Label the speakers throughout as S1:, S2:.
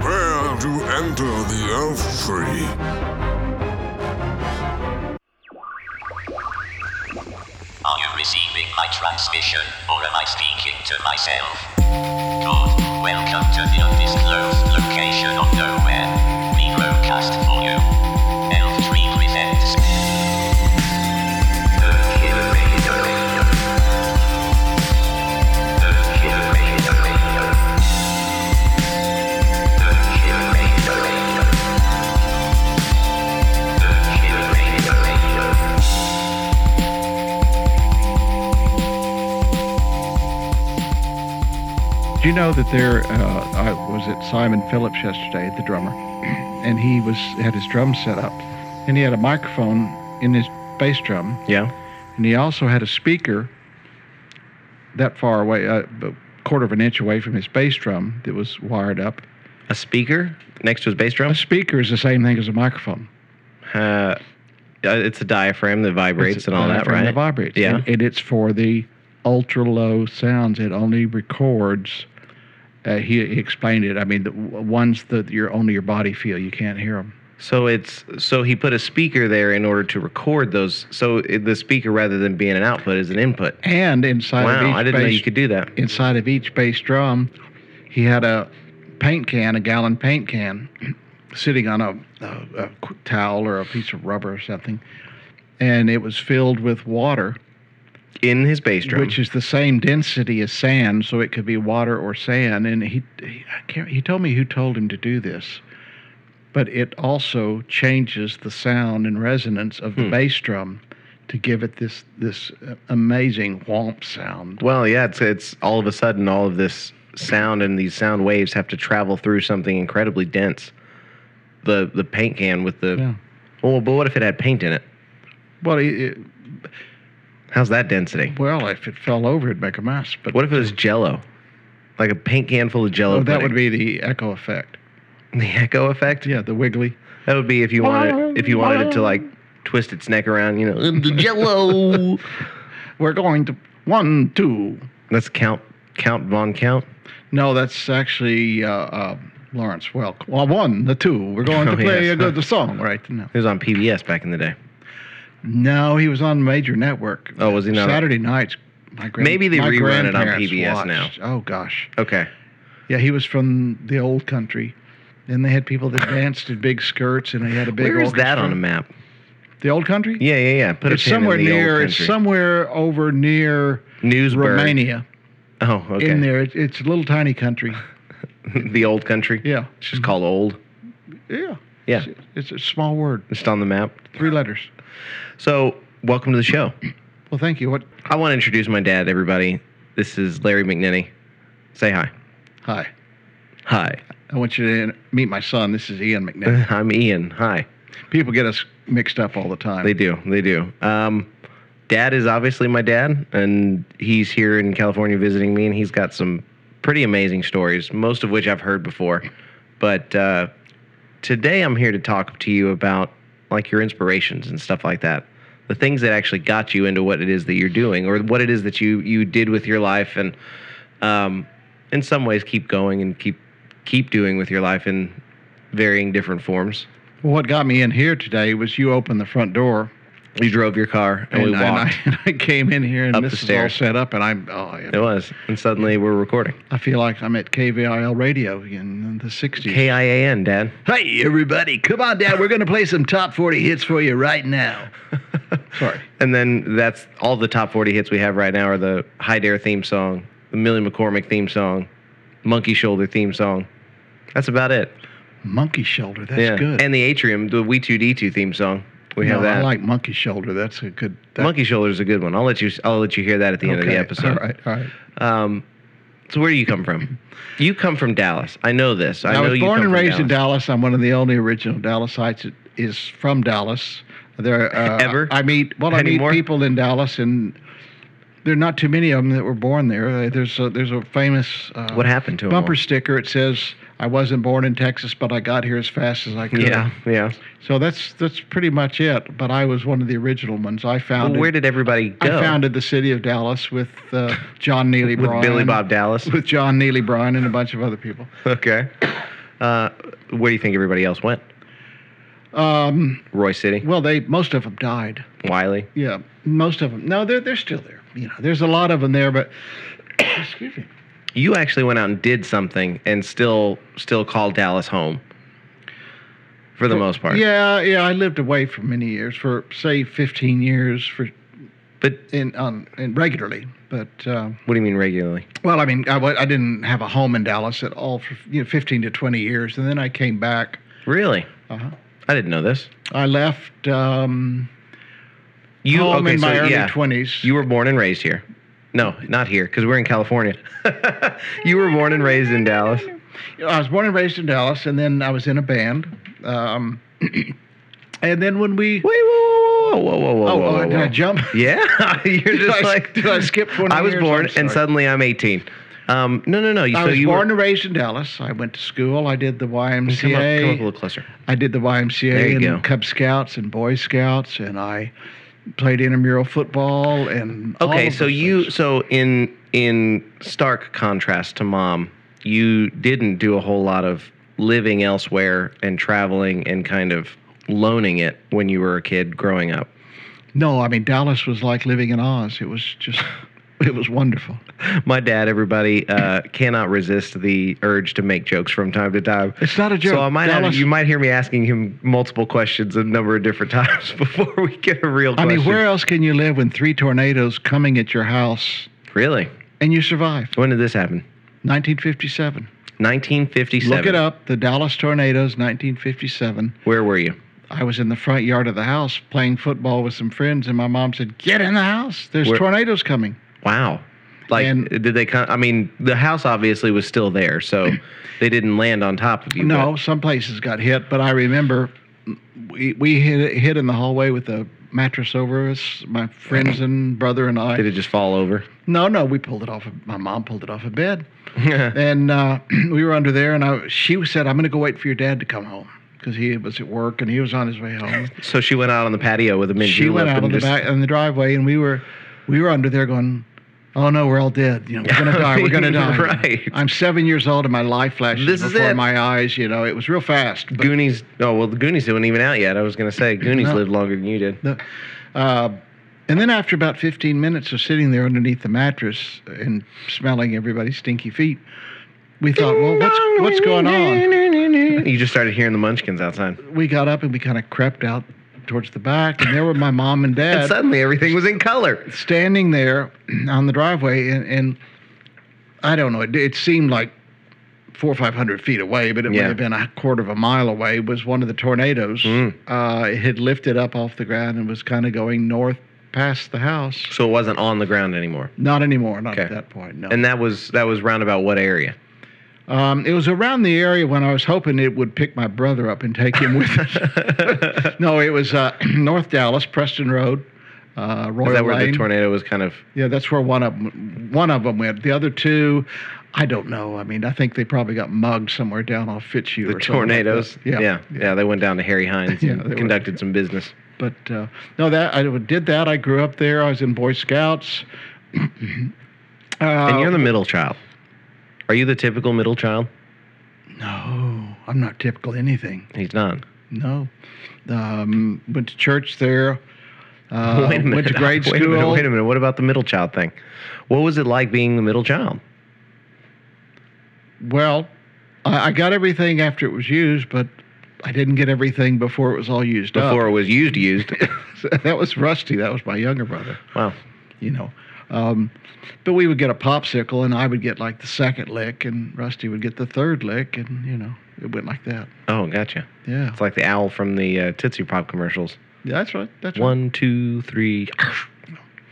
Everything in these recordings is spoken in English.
S1: to enter the Elf Tree.
S2: Are you receiving my transmission, or am I speaking to myself? Good. Welcome to the undisclosed location of nowhere. We broadcast for you. Elf Tree presents. The Killer Radio. The Killer Radio. The Killer Radio. The Killer Radio.
S3: Do you know that there? Uh, I was at Simon Phillips yesterday, the drummer, and he was had his drum set up, and he had a microphone in his bass drum,
S4: Yeah.
S3: and he also had a speaker that far away, uh, a quarter of an inch away from his bass drum that was wired up.
S4: A speaker next to his bass
S3: A
S4: drum.
S3: speaker is the same thing as a microphone.
S4: Uh, uh, it's a diaphragm that vibrates
S3: It's a
S4: and all that,
S3: diaphragm
S4: right?
S3: That vibrates.
S4: Yeah.
S3: And, and it's for the ultra low sounds. It only records. Uh, he, he explained it. I mean, the w- ones that your only your body feel. You can't hear them.
S4: so it's so he put a speaker there in order to record those. So it, the speaker, rather than being an output, is an input.
S3: And inside of
S4: Wow,
S3: each
S4: I didn't know
S3: bass,
S4: you could do that.
S3: inside of each bass drum, he had a paint can, a gallon paint can, sitting on a, a, a qu- towel or a piece of rubber or something, and it was filled with water,
S4: In his bass drum.
S3: which is the same density as sand, so it could be water or sand. And he, he I can't, he told me who told him to do this. But it also changes the sound and resonance of the
S4: Hmm.
S3: bass drum to give it this this uh, amazing whomp sound.
S4: well, yeah, it's it's all of a sudden all of this sound and these sound waves have to travel through something incredibly dense. The the paint can with the
S3: Yeah.
S4: well, but what if it had paint in it?
S3: Well, it, it,
S4: How's that density?
S3: well, if it fell over, it'd make a mess. But
S4: What if it was Jello, like a paint can full of Jello?
S3: oh, that
S4: pudding?
S3: would be the echo effect.
S4: The echo effect.
S3: Yeah, the wiggly.
S4: That would be if you wanted it, if you wanted it to like twist its neck around. You know, "Um, the Jello.
S3: We're going to one, two.
S4: That's Count Count Von Count.
S3: No, that's actually uh, uh, Lawrence Welk. Well, one, the two. We're going
S4: Oh,
S3: to play
S4: yes.
S3: a good song, right? No.
S4: He was on PBS back in the day.
S3: no, he was on major network.
S4: Oh, was he not?
S3: Saturday nights. My grand,
S4: Maybe they
S3: my
S4: rerun it on
S3: grandparents
S4: PBS now.
S3: watched. Oh gosh,
S4: Okay.
S3: yeah, he was from the old country, and they had people that danced in big skirts, and they had a big.
S4: Where is that
S3: orchestra.
S4: on a map?
S3: The old country?
S4: Yeah, yeah, yeah. Put
S3: it's
S4: a pin
S3: somewhere
S4: in the old
S3: near. It's
S4: country.
S3: somewhere over near
S4: Newsburg.
S3: Romania.
S4: Oh, okay.
S3: In there, It's it's a little tiny country.
S4: the old country.
S3: Yeah,
S4: It's just called old.
S3: yeah,
S4: Yeah.
S3: It's, it's a small word,
S4: Just on the map.
S3: three letters.
S4: So, welcome to the show.
S3: Well, thank you. What?
S4: I want to introduce my dad, everybody. This is Larry McNinney. Say hi.
S3: Hi,
S4: Hi.
S3: I want you to in- meet my son. This is Ian McNabb.
S4: I'm Ian. Hi.
S3: People get us mixed up all the time.
S4: They do. They do. Um, dad is obviously my dad, and he's here in California visiting me, and he's got some pretty amazing stories, most of which I've heard before. But uh, today I'm here to talk to you about like your inspirations and stuff like that. The things that actually got you into what it is that you're doing, or what it is that you you did with your life, and um, in some ways keep going and keep keep doing with your life in varying different forms.
S3: Well, what got me in here today was you opened the front door,
S4: You drove your car, and, we walked.
S3: I, and I came in here, and
S4: Up the
S3: this is all
S4: stairs.
S3: set up, and I'm oh, yeah.
S4: It was. And suddenly we're recording.
S3: I feel like I'm at KVIL radio in the '60s.
S4: K I A N, Dad.
S3: Hey, everybody, come on down. We're going to play some top 40 hits for you right now. Sorry.
S4: And then that's all the top 40 hits we have right now are the High Dare theme song, the Millie McCormick theme song, Monkey Shoulder theme song. That's about it.
S3: Monkey Shoulder. That's
S4: yeah.
S3: good.
S4: And the Atrium, the We 2 D 2 theme song. We have
S3: No,
S4: that.
S3: I like Monkey Shoulder. That's a good. That,
S4: Monkey Shoulder is a good one. I'll let you. I'll let you hear that at the end of the
S3: Okay,
S4: episode.
S3: All right. All right.
S4: Um, so where do you come from? You come from Dallas. I know this. I,
S3: I,
S4: know
S3: was
S4: you
S3: born
S4: come
S3: and
S4: from
S3: raised in Dallas. I'm one of the only original Dallasites that is from Dallas. There uh,
S4: Ever?
S3: I meet well, I
S4: Anymore?
S3: meet people in Dallas, and there are not too many of them that were born there. Uh, There's a, there's a famous uh,
S4: What happened to him?
S3: bumper sticker. It says, "I wasn't born in Texas, but I got here as fast as I could."
S4: Yeah, yeah.
S3: So that's that's pretty much it. But I was one of the original ones. I
S4: Well,
S3: founded.
S4: where did everybody
S3: I
S4: go?
S3: founded the city of Dallas with uh, John Neely
S4: with
S3: Bryan,
S4: Billy Bob Dallas.
S3: with John Neely Bryan, and a bunch of other people.
S4: Okay. Uh, where do you think everybody else went?
S3: Um,
S4: Roy City,
S3: well, they most of them died.
S4: Wiley.
S3: Yeah, most of them. No, they're they're still there. You know, there's a lot of them there, but excuse me.
S4: You actually went out and did something, and still still called Dallas home. For the most part.
S3: Yeah, yeah. I lived away for many years, for say 15 years, for
S4: But
S3: in on in regularly. But um,
S4: what do you mean regularly?
S3: well, I mean, I, wa- I didn't have a home in Dallas at all for you know 15 to 20 years, and then I came back.
S4: Really?
S3: Uh-huh.
S4: I didn't know this.
S3: I left um,
S4: You
S3: home
S4: okay,
S3: in my
S4: so,
S3: early
S4: yeah.
S3: 20s.
S4: You were born and raised here. No, not here, because we're in California. you were born and raised in Dallas.
S3: I was born and raised in Dallas, and then I was in a band. Um, and then when we
S4: Wait, whoa, whoa, whoa, whoa, whoa,
S3: oh,
S4: whoa,
S3: oh,
S4: whoa,
S3: did
S4: whoa.
S3: I jump?
S4: Yeah, you're
S3: Did
S4: just
S3: I-
S4: like
S3: did I skip 20
S4: I was
S3: years?
S4: born
S3: I'm
S4: and
S3: sorry.
S4: suddenly I'm 18. Um, no, no, no. You,
S3: I
S4: so
S3: was
S4: you
S3: born
S4: were,
S3: and raised in Dallas. I went to school. I did the YMCA.
S4: come, up, come up a little closer.
S3: I did the
S4: There
S3: YMCA
S4: you
S3: and
S4: go.
S3: Cub Scouts and Boy Scouts, and I played intramural football and. all
S4: Okay,
S3: of
S4: so
S3: those
S4: you
S3: things.
S4: so in in stark contrast to mom, you didn't do a whole lot of living elsewhere and traveling and kind of loaning it when you were a kid growing up.
S3: No, I mean Dallas was like living in Oz. It was just, it was wonderful.
S4: My dad, everybody, uh, cannot resist the urge to make jokes from time to time.
S3: It's not a joke.
S4: So I might
S3: Dallas,
S4: have, you might hear me asking him multiple questions a number of different times before we get a real
S3: I
S4: question.
S3: mean, where else can you live when three tornadoes coming at your house
S4: Really?
S3: and you survive?
S4: When did this happen?
S3: 1957.
S4: 1957.
S3: Look it up. The Dallas tornadoes, 1957.
S4: Where were you?
S3: I was in the front yard of the house playing football with some friends, and my mom said, "Get in the house. There's
S4: Where-
S3: tornadoes coming."
S4: Wow. Like,
S3: And-
S4: did they come? I mean, the house obviously was still there, so they didn't land on top of you.
S3: no, some places got hit, but I remember we we hit hit in the hallway with a mattress over us. My friends and brother and I.
S4: but Did it just fall over?
S3: no, no, we pulled it off. Of, my mom pulled it off a bed, and uh, we were under there. And I, she said, "I'm going to go wait for your dad to come home." Because he was at work and he was on his way home.
S4: so she went out on the patio with a mint
S3: she
S4: julep
S3: went out
S4: and
S3: on the
S4: just-
S3: back on the driveway, and we were we were under there going, "Oh no, we're all dead. You know, we're gonna die. We're gonna die."
S4: Right.
S3: I'm seven years old, and my life flashes
S4: This is
S3: before
S4: it.
S3: my eyes. You know, it was real fast. But
S4: Goonies. Oh well, the Goonies wasn't even out yet. I was gonna say Goonies
S3: No.
S4: lived longer than you did.
S3: the, uh, and then after about 15 minutes of sitting there underneath the mattress and smelling everybody's stinky feet, we thought, "Well, what's what's going on?"
S4: You just started hearing the Munchkins outside,
S3: We got up and we kind of crept out towards the back, and there were my mom and dad.
S4: and suddenly everything was in color.
S3: standing there on the driveway, and, and I don't know, it, it seemed like four or five hundred feet away, but it
S4: Yeah.
S3: might have been a quarter of a mile away, was one of the tornadoes.
S4: Mm.
S3: Uh, it had lifted up off the ground and was kind of going north past the house.
S4: So it wasn't on the ground anymore.
S3: Not anymore, not at
S4: Okay.
S3: that point, no.
S4: And that was that was roundabout what area?
S3: um, it was around the area when I was hoping it would pick my brother up and take him with it.
S4: Is
S3: No, it was uh, North Dallas, Preston Road. Uh, Royal
S4: that where
S3: Lane.
S4: the tornado was kind of?
S3: Yeah, that's where one of 'em- one of them went. The other two, I don't know. I mean, I think they probably got mugged somewhere down off Fitzhugh.
S4: The
S3: or something like that.
S4: tornadoes.
S3: yeah,
S4: yeah, yeah. They went down to Harry Hines
S3: Yeah,
S4: and
S3: they were.
S4: conducted some business.
S3: But uh, no, that I did that. I grew up there. I was in Boy Scouts. uh,
S4: and you're the middle child. Are you the typical middle child?
S3: no, I'm not typical anything.
S4: He's not.
S3: No, um, went to church there. Uh,
S4: wait a minute.
S3: Went to grade
S4: wait
S3: school.
S4: A minute, wait a minute. What about the middle child thing? What was it like being the middle child?
S3: Well, I, I got everything after it was used, but I didn't get everything before it was all used up.
S4: Before it was used, used.
S3: that was Rusty. That was my younger brother.
S4: wow.
S3: You know, um, but we would get a popsicle, and I would get like the second lick, and Rusty would get the third lick, and you know, it went like that.
S4: Oh, gotcha.
S3: Yeah,
S4: It's like the owl from the uh, Tootsie Pop commercials.
S3: Yeah, that's right. That's right.
S4: One, two, three.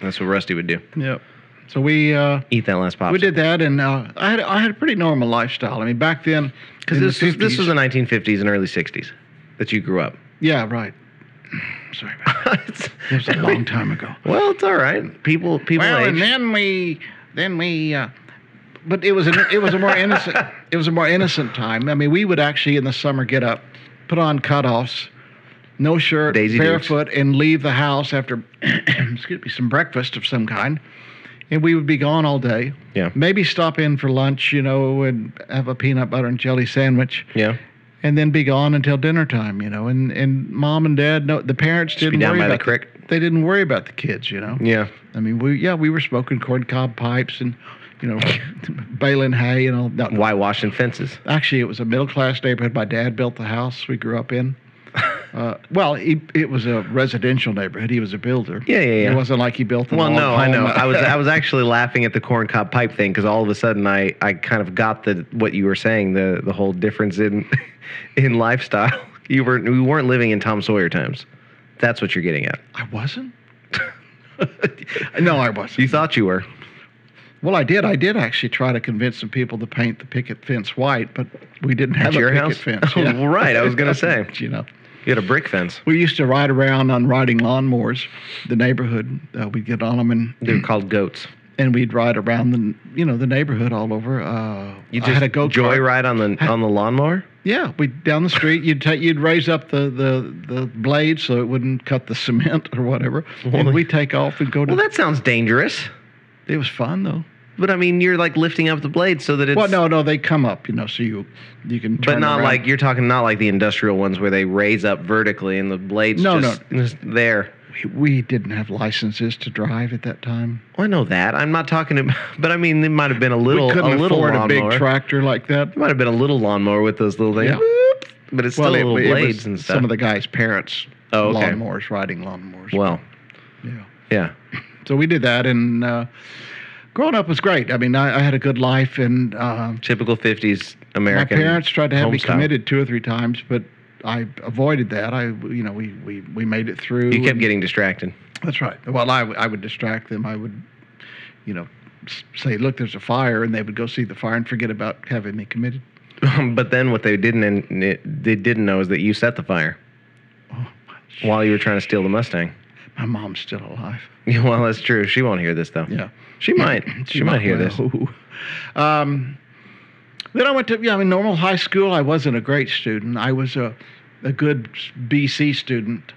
S4: That's what Rusty would do.
S3: Yep. So we uh,
S4: Eat that last pop.
S3: we did that, and uh, I had I had a pretty normal lifestyle. I mean, back then,
S4: because
S3: in
S4: this
S3: the
S4: was, this
S3: 50s
S4: was the 1950s and early 60s that you grew up.
S3: yeah, right. Sorry, about
S4: It's-
S3: that. it was a long time ago.
S4: well, it's all right. People, people
S3: Well, and
S4: age.
S3: then we, then we, uh, but it was an, it was a more innocent it was a more innocent time. I mean, we would actually in the summer get up, put on cutoffs, no shirt,
S4: Daisy Dukes.
S3: barefoot, and leave the house after excuse me some breakfast of some kind, and we would be gone all day.
S4: Yeah.
S3: Maybe stop in for lunch, you know, and have a peanut butter and jelly sandwich,
S4: Yeah.
S3: and then be gone until dinner time, you know. And and mom and dad, no, the parents
S4: be
S3: didn't
S4: down
S3: worry
S4: by the
S3: about
S4: creek.
S3: they didn't worry about the kids, you know.
S4: Yeah.
S3: I mean, we yeah, we were smoking corncob pipes and, you know, baling hay and all. No, no.
S4: Whitewashing fences.
S3: Actually, it was a middle class neighborhood. My dad built the house we grew up in. Uh, well, he, it was a residential neighborhood. He was a builder.
S4: Yeah, yeah, yeah.
S3: It wasn't like he built the.
S4: Well,
S3: log
S4: no, I
S3: home.
S4: know. I was I was actually laughing at the corncob pipe thing because all of a sudden I, I kind of got the what you were saying the the whole difference in in lifestyle. You were we weren't living in Tom Sawyer times. That's what you're getting at.
S3: I wasn't. no, I wasn't.
S4: You thought you were.
S3: Well, I did. I did actually try to convince some people to paint the picket fence white, but we didn't have
S4: At your
S3: a picket
S4: house?
S3: fence.
S4: Oh, well, right, I was gonna say.
S3: you know,
S4: You had a brick fence.
S3: we used to ride around on riding lawnmowers. The neighborhood, uh, we'd get on them and
S4: They were called goats.
S3: and we'd ride around the you know the neighborhood all over. Uh,
S4: You
S3: I
S4: just
S3: had a go
S4: joyride on the on the lawnmower.
S3: Yeah, we down the street. You'd take, you'd raise up the, the the blade so it wouldn't cut the cement or whatever, and we take off and go to.
S4: Well, that sounds dangerous.
S3: it was fun though.
S4: But I mean, you're like lifting up the blade so that it's
S3: well, no, no, they come up, you know, so you you can.
S4: But
S3: turn
S4: not
S3: around.
S4: like you're talking not like the industrial ones where they raise up vertically and the blades
S3: No,
S4: just, just there.
S3: we, we didn't have licenses to drive at that time.
S4: Well, Oh, I know that. I'm not talking about, but I mean, it might have been a little,
S3: we
S4: a
S3: couldn't
S4: little
S3: afford
S4: lawnmower.
S3: a big tractor like that.
S4: It might have been a little lawnmower with those little things.
S3: Yeah.
S4: Boop. But it's still
S3: it-
S4: little
S3: it was
S4: blades and stuff.
S3: Some of the guys' parents,
S4: Oh, okay.
S3: lawnmowers, riding lawnmowers.
S4: well,
S3: yeah.
S4: yeah.
S3: So we did that, and uh, growing up was great. I mean, I, I had a good life, and uh,
S4: Typical 50s American.
S3: my parents tried to have me
S4: home style.
S3: committed two or three times, but I avoided that. I, you know, we we, we made it through.
S4: You kept
S3: and-
S4: getting distracted.
S3: That's right. Well, I w- I would distract them. I would, you know, s- say, look, there's a fire, and they would go see the fire and forget about having me committed.
S4: but then what they didn't and they didn't know is that you set the fire
S3: Oh,
S4: while you were trying to steal the Mustang.
S3: my mom's still alive.
S4: well, that's true. She won't hear this though.
S3: Yeah.
S4: She might. She, might, hear this.
S3: this. Um, then I went to yeah, I mean, normal high school. I wasn't a great student. I was a a good BC student.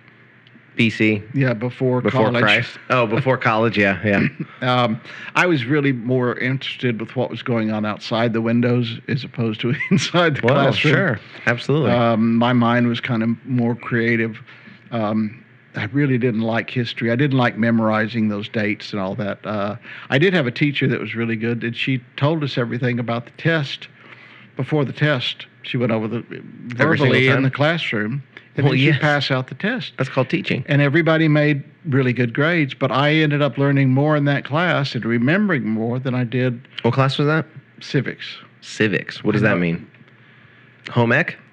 S4: BC
S3: Yeah, before,
S4: before
S3: college.
S4: Christ. Oh, before college. Yeah, yeah.
S3: Um, I was really more interested with what was going on outside the windows as opposed to inside the
S4: Well,
S3: classroom.
S4: sure, absolutely.
S3: Um, my mind was kind of more creative. Um, I really didn't like history. I didn't like memorizing those dates and all that. Uh, I did have a teacher that was really good, and she told us everything about the test before the test. She went over the
S4: Every single
S3: verbally
S4: time?
S3: in the classroom, and
S4: Well,
S3: then she
S4: yes.
S3: passed out the test
S4: that's called teaching.
S3: and everybody made really good grades but i ended up learning more in that class and remembering more than i did
S4: What class was that?
S3: civics
S4: Civics. What does that
S3: know.
S4: mean? Home ec.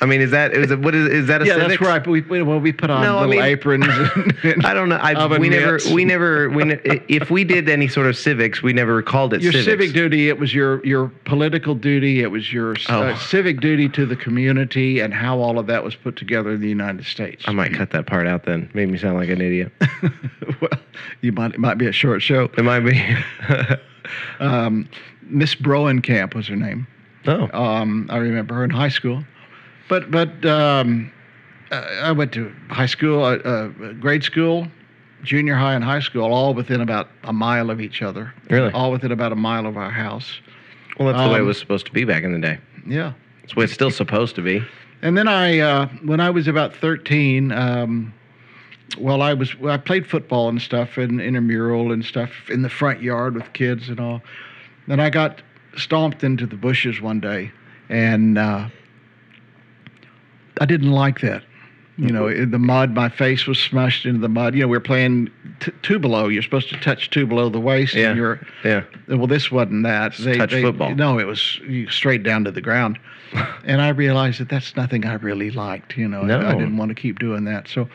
S4: I mean, is that is it, what is is that a
S3: yeah
S4: civics?
S3: that's right we, we, well, we put on
S4: No, I
S3: little
S4: mean-
S3: aprons and, and
S4: I don't know. I,
S3: Oven
S4: we never,
S3: mitts.
S4: we never, we ne- if we did any sort of civics, we never called it
S3: your
S4: civics.
S3: civic duty it was your your political duty it was your
S4: Oh.
S3: uh, civic duty to the community and how all of that was put together in the united states
S4: I might cut that part out. Then made me sound like an idiot.
S3: well you might it might be a short show
S4: It might be.
S3: um, miss broenkamp was her name
S4: oh,
S3: Um, I remember her in high school, but but um, I I went to high school, uh, uh, grade school, junior high, and high school, all within about a mile of each other.
S4: Really?
S3: All within about a mile of our house.
S4: well, that's the way it
S3: um,
S4: was supposed to be back in the day.
S3: Yeah.
S4: That's the way it's still supposed to be.
S3: And then I, uh, when I was about thirteen, um, well, I was well, I played football and stuff and intramural and stuff in the front yard with kids and all. Then I got stomped into the bushes one day, and uh, I didn't like that. You know, in the mud, my face was smushed into the mud. You know, we were playing t- two below. You're supposed to touch two below the waist,
S4: Yeah.
S3: and you're
S4: Yeah.
S3: well, this wasn't that.
S4: touch football.
S3: No, it was you- straight down to the ground. and I realized that that's nothing I really liked. You know, I- I,
S4: No.
S3: didn't want to keep doing that. So,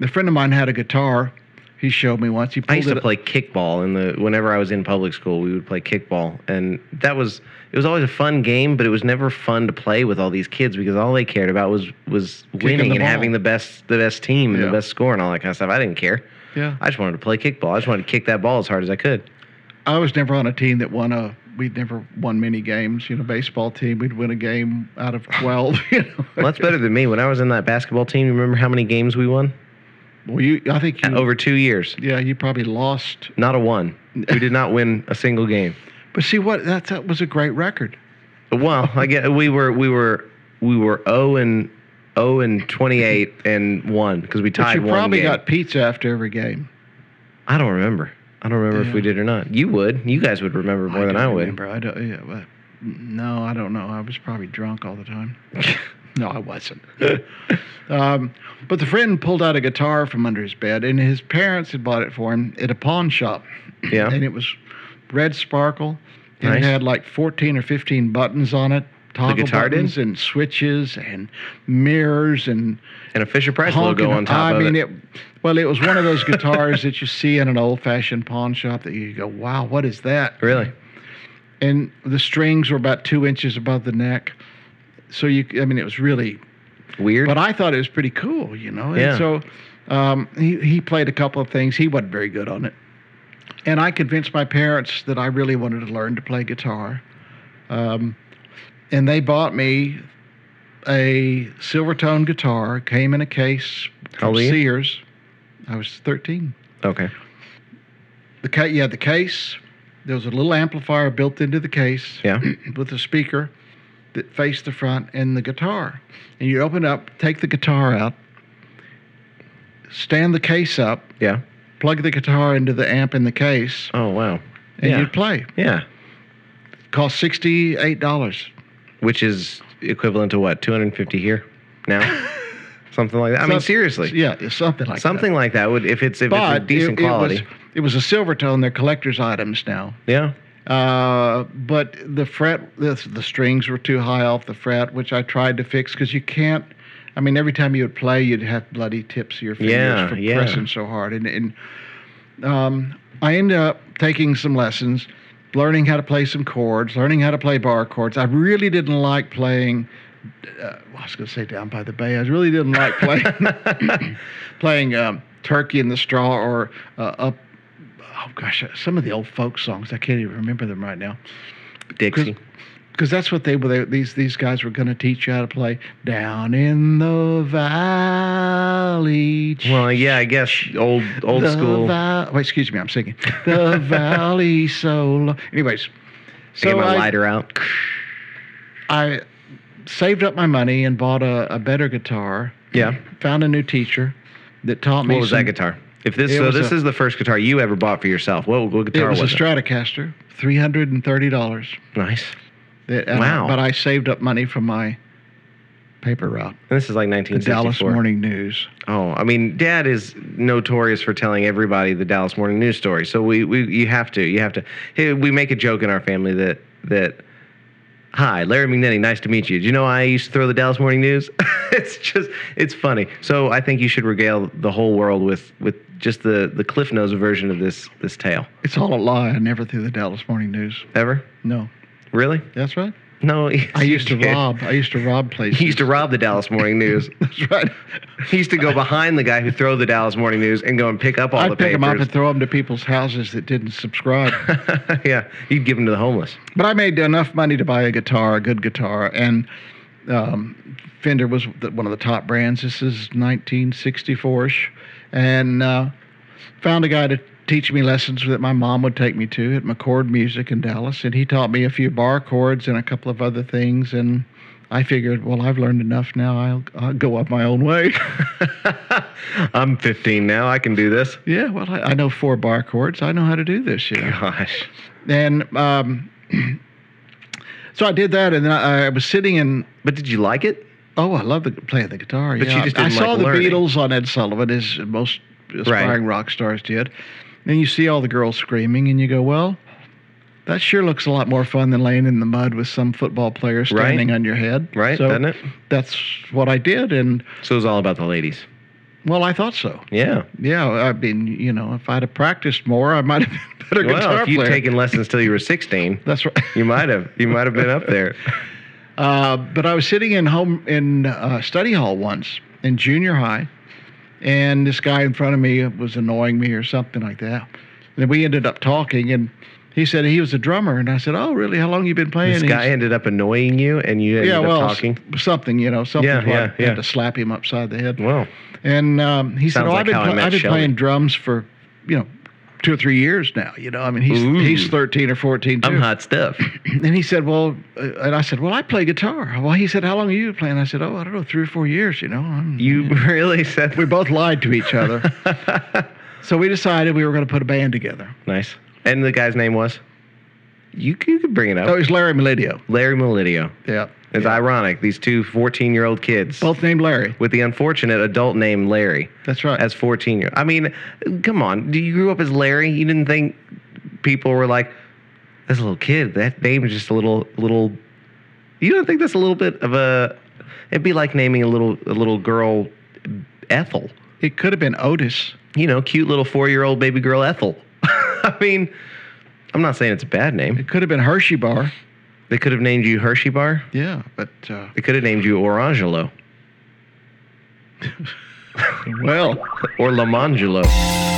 S3: a friend of mine had a guitar. He showed me once. He pulled
S4: I used
S3: it
S4: to play kickball in the whenever I was in public school, we would play kickball, and that was it was always a fun game, but it was never fun to play with all these kids because all they cared about was was winning
S3: the
S4: and
S3: ball.
S4: having the best the best team and
S3: Yeah.
S4: the best score and all that kind of stuff. I didn't care.
S3: Yeah,
S4: I just wanted to play kickball. I just wanted to kick that ball as hard as I could.
S3: I was never on a team that won a. We'd never won many games. You know, baseball team. We'd win a game out of twelve. You know,
S4: Well, that's better than me. When I was in that basketball team, you remember how many games we won
S3: well, you. I think you.
S4: Oh. over two years?
S3: Yeah, you probably lost.
S4: Not a one. We did not win a single game.
S3: But see what that, that was a great record.
S4: Well, I get we were we were we were 0 and 0 and 28 and 1 because we
S3: But
S4: tied
S3: you
S4: one
S3: probably
S4: game.
S3: got pizza after every game.
S4: I don't remember. I don't remember if we
S3: Yeah.
S4: did or not. You would. You guys would remember more than
S3: don't
S4: I would.
S3: Remember. I don't. Yeah, but no, I don't know. I was probably drunk all the time. no, I wasn't. um, but the friend pulled out a guitar from under his bed, and his parents had bought it for him at a pawn shop.
S4: Yeah.
S3: and it was red sparkle, and
S4: Nice.
S3: it had like fourteen or fifteen buttons on it. Toggle
S4: guitar did?
S3: buttons and switches and mirrors and
S4: And a Fisher Price logo
S3: honking-
S4: on top
S3: I
S4: of
S3: mean,
S4: it.
S3: Well, it was one of those guitars that you see in an old-fashioned pawn shop that you go, "Wow, what is that?"
S4: Really?
S3: and the strings were about two inches above the neck. So you, I mean, it was really.
S4: Weird.
S3: But I thought it was pretty cool, you know. And
S4: Yeah.
S3: So um, he he played a couple of things. He wasn't very good on it, and I convinced my parents that I really wanted to learn to play guitar, um, and they bought me a Silvertone guitar. Came in a case
S4: How
S3: from
S4: old were you?
S3: Sears. I was thirteen.
S4: okay.
S3: The ca- you had the case. There was a little amplifier built into the case
S4: Yeah.
S3: with a speaker that faced the front and the guitar. And you open up, take the guitar out, stand the case up,
S4: Yeah.
S3: plug the guitar into the amp in the case,
S4: Oh wow.
S3: and
S4: yeah.
S3: you'd play.
S4: yeah.
S3: Cost sixty eight dollars.
S4: Which is equivalent to what? 250 here now. Something like that. I mean, seriously.
S3: Yeah, it's something like
S4: something
S3: that.
S4: like that would if it's if it's a decent
S3: it,
S4: quality.
S3: It was, it was a silver tone. They're collector's items now.
S4: yeah.
S3: Uh, but the fret, the, the strings were too high off the fret, which I tried to fix because you can't. I mean, every time you would play, you'd have bloody tips of your fingers
S4: Yeah,
S3: from
S4: yeah.
S3: pressing so hard. And, and um, I ended up taking some lessons, learning how to play some chords, learning how to play bar chords. I really didn't like playing. Uh, I was going to say down by the bay. I really didn't like playing playing um, Turkey in the Straw or uh, up. Oh gosh, some of the old folk songs. I can't even remember them right now
S4: Dixie.
S3: because that's what they were. They, these these guys were going to teach you how to play down in the valley.
S4: Well, yeah, I guess old old
S3: the
S4: school.
S3: va- Wait, excuse me, I'm singing the valley so. Lo- Anyways,
S4: I get
S3: so
S4: my
S3: I,
S4: lighter out.
S3: I saved up my money and bought a, a better guitar.
S4: Yeah.
S3: Found a new teacher that taught me.
S4: What was that
S3: some-
S4: guitar? If this
S3: It
S4: so
S3: was
S4: this
S3: a-
S4: is the first guitar you ever bought for yourself. What, what
S3: It
S4: guitar
S3: was
S4: was,
S3: a
S4: it?
S3: Stratocaster, three hundred and thirty dollars.
S4: nice. Wow.
S3: But I saved up money from my paper route,
S4: And this is like
S3: the Dallas
S4: 1964.
S3: Morning News.
S4: Oh, I mean, Dad is notorious for telling everybody the Dallas Morning News story. So we, we you have to you have to. Hey, we make a joke in our family that that. Hi, Larry McNenny. Nice to meet you. Do you know I used to throw the Dallas Morning News? it's just it's funny. So I think you should regale the whole world with with just the the Cliff Notes version of this this tale.
S3: It's all a lie. I never threw the Dallas Morning News.
S4: Ever?
S3: No,
S4: Really?
S3: that's right.
S4: No. yes,
S3: I
S4: you
S3: used to
S4: did.
S3: rob. I used to rob places.
S4: He used to rob the Dallas Morning News.
S3: That's right.
S4: he used to go behind the guy who throw the Dallas Morning News and go and pick up all
S3: I'd
S4: the
S3: pick them up
S4: papers.
S3: and throw them to people's houses that didn't subscribe.
S4: yeah, you'd give them to the homeless.
S3: but I made enough money to buy a guitar, a good guitar, and um, Fender was the, one of the top brands. This is 1964ish, and uh, found a guy to teach me lessons that my mom would take me to at McCord Music in Dallas, and he taught me a few bar chords and a couple of other things, and I figured, well, I've learned enough now. I'll, I'll go up my own way.
S4: I'm 15 now. I can do this.
S3: yeah, well, I, I know four bar chords. I know how to do this. You know.
S4: Gosh.
S3: and um, so I did that, and then I, I was sitting in.
S4: But did you like it?
S3: Oh, I love the, playing the guitar.
S4: But
S3: yeah.
S4: you just
S3: I
S4: didn't
S3: saw
S4: like
S3: the
S4: learning.
S3: Beatles on Ed Sullivan, as most aspiring rock stars did. And you see all the girls screaming, and you go, "Well, that sure looks a lot more fun than laying in the mud with some football player standing on your head."
S4: Right,
S3: So
S4: doesn't it?
S3: that's what I did, and
S4: So it was all about the ladies.
S3: well, I thought so.
S4: Yeah.
S3: Yeah, I mean, you know, if I'd have practiced more, I might have been a better
S4: Well,
S3: guitar
S4: if you'd
S3: player.
S4: taken lessons till you were 16,
S3: that's right.
S4: you might have. You might have been up there.
S3: Uh, but I was sitting in home in uh, study hall once in junior high, and this guy in front of me was annoying me or something like that. And we ended up talking, and he said he was a drummer, and I said, "Oh, really? How long you been playing?"
S4: This
S3: And he
S4: guy ended up annoying you, and you
S3: said,
S4: ended
S3: yeah,
S4: up
S3: well, s-
S4: talking.
S3: something, you know, something.
S4: Yeah,
S3: like
S4: yeah,
S3: I
S4: yeah.
S3: Had to slap him upside the head.
S4: Well,
S3: And um, he said,
S4: Sounds
S3: "Oh,
S4: like
S3: I've been,
S4: how I
S3: pla-
S4: met
S3: I've been
S4: Shelley."
S3: playing drums for, you know, two or three years now. You know, I mean, he's
S4: Ooh.
S3: he's thirteen or fourteen too.
S4: I'm hot stuff.
S3: And he said, "Well," uh, and I said, "Well, I play guitar." Well, he said, "How long are you playing?" I said, "Oh, I don't know, three or four years." You know, I'm,
S4: You really said
S3: we both lied to each other, so we decided we were going to put a band together.
S4: nice. And the guy's name was. You c- you could bring it up.
S3: Oh, it was Larry Melidio.
S4: Larry Melidio.
S3: Yeah,
S4: It's ironic. These two 14 year old kids
S3: both named Larry.
S4: with the unfortunate adult name Larry
S3: That's right.
S4: as 14 year I mean, come on. Do you grew up as Larry? You didn't think people were like, that's a little kid. That name is just a little, little. You don't think that's a little bit of a. It'd be like naming a little, a little girl Ethel.
S3: it could have been Otis.
S4: You know, cute little four year old baby girl Ethel. I mean, I'm not saying it's a bad name.
S3: It could have been Hershey Bar.
S4: They could have named you Hershey Bar.
S3: Yeah, but uh,
S4: They could have named you Orangelo.
S3: well,
S4: or Lamangelo.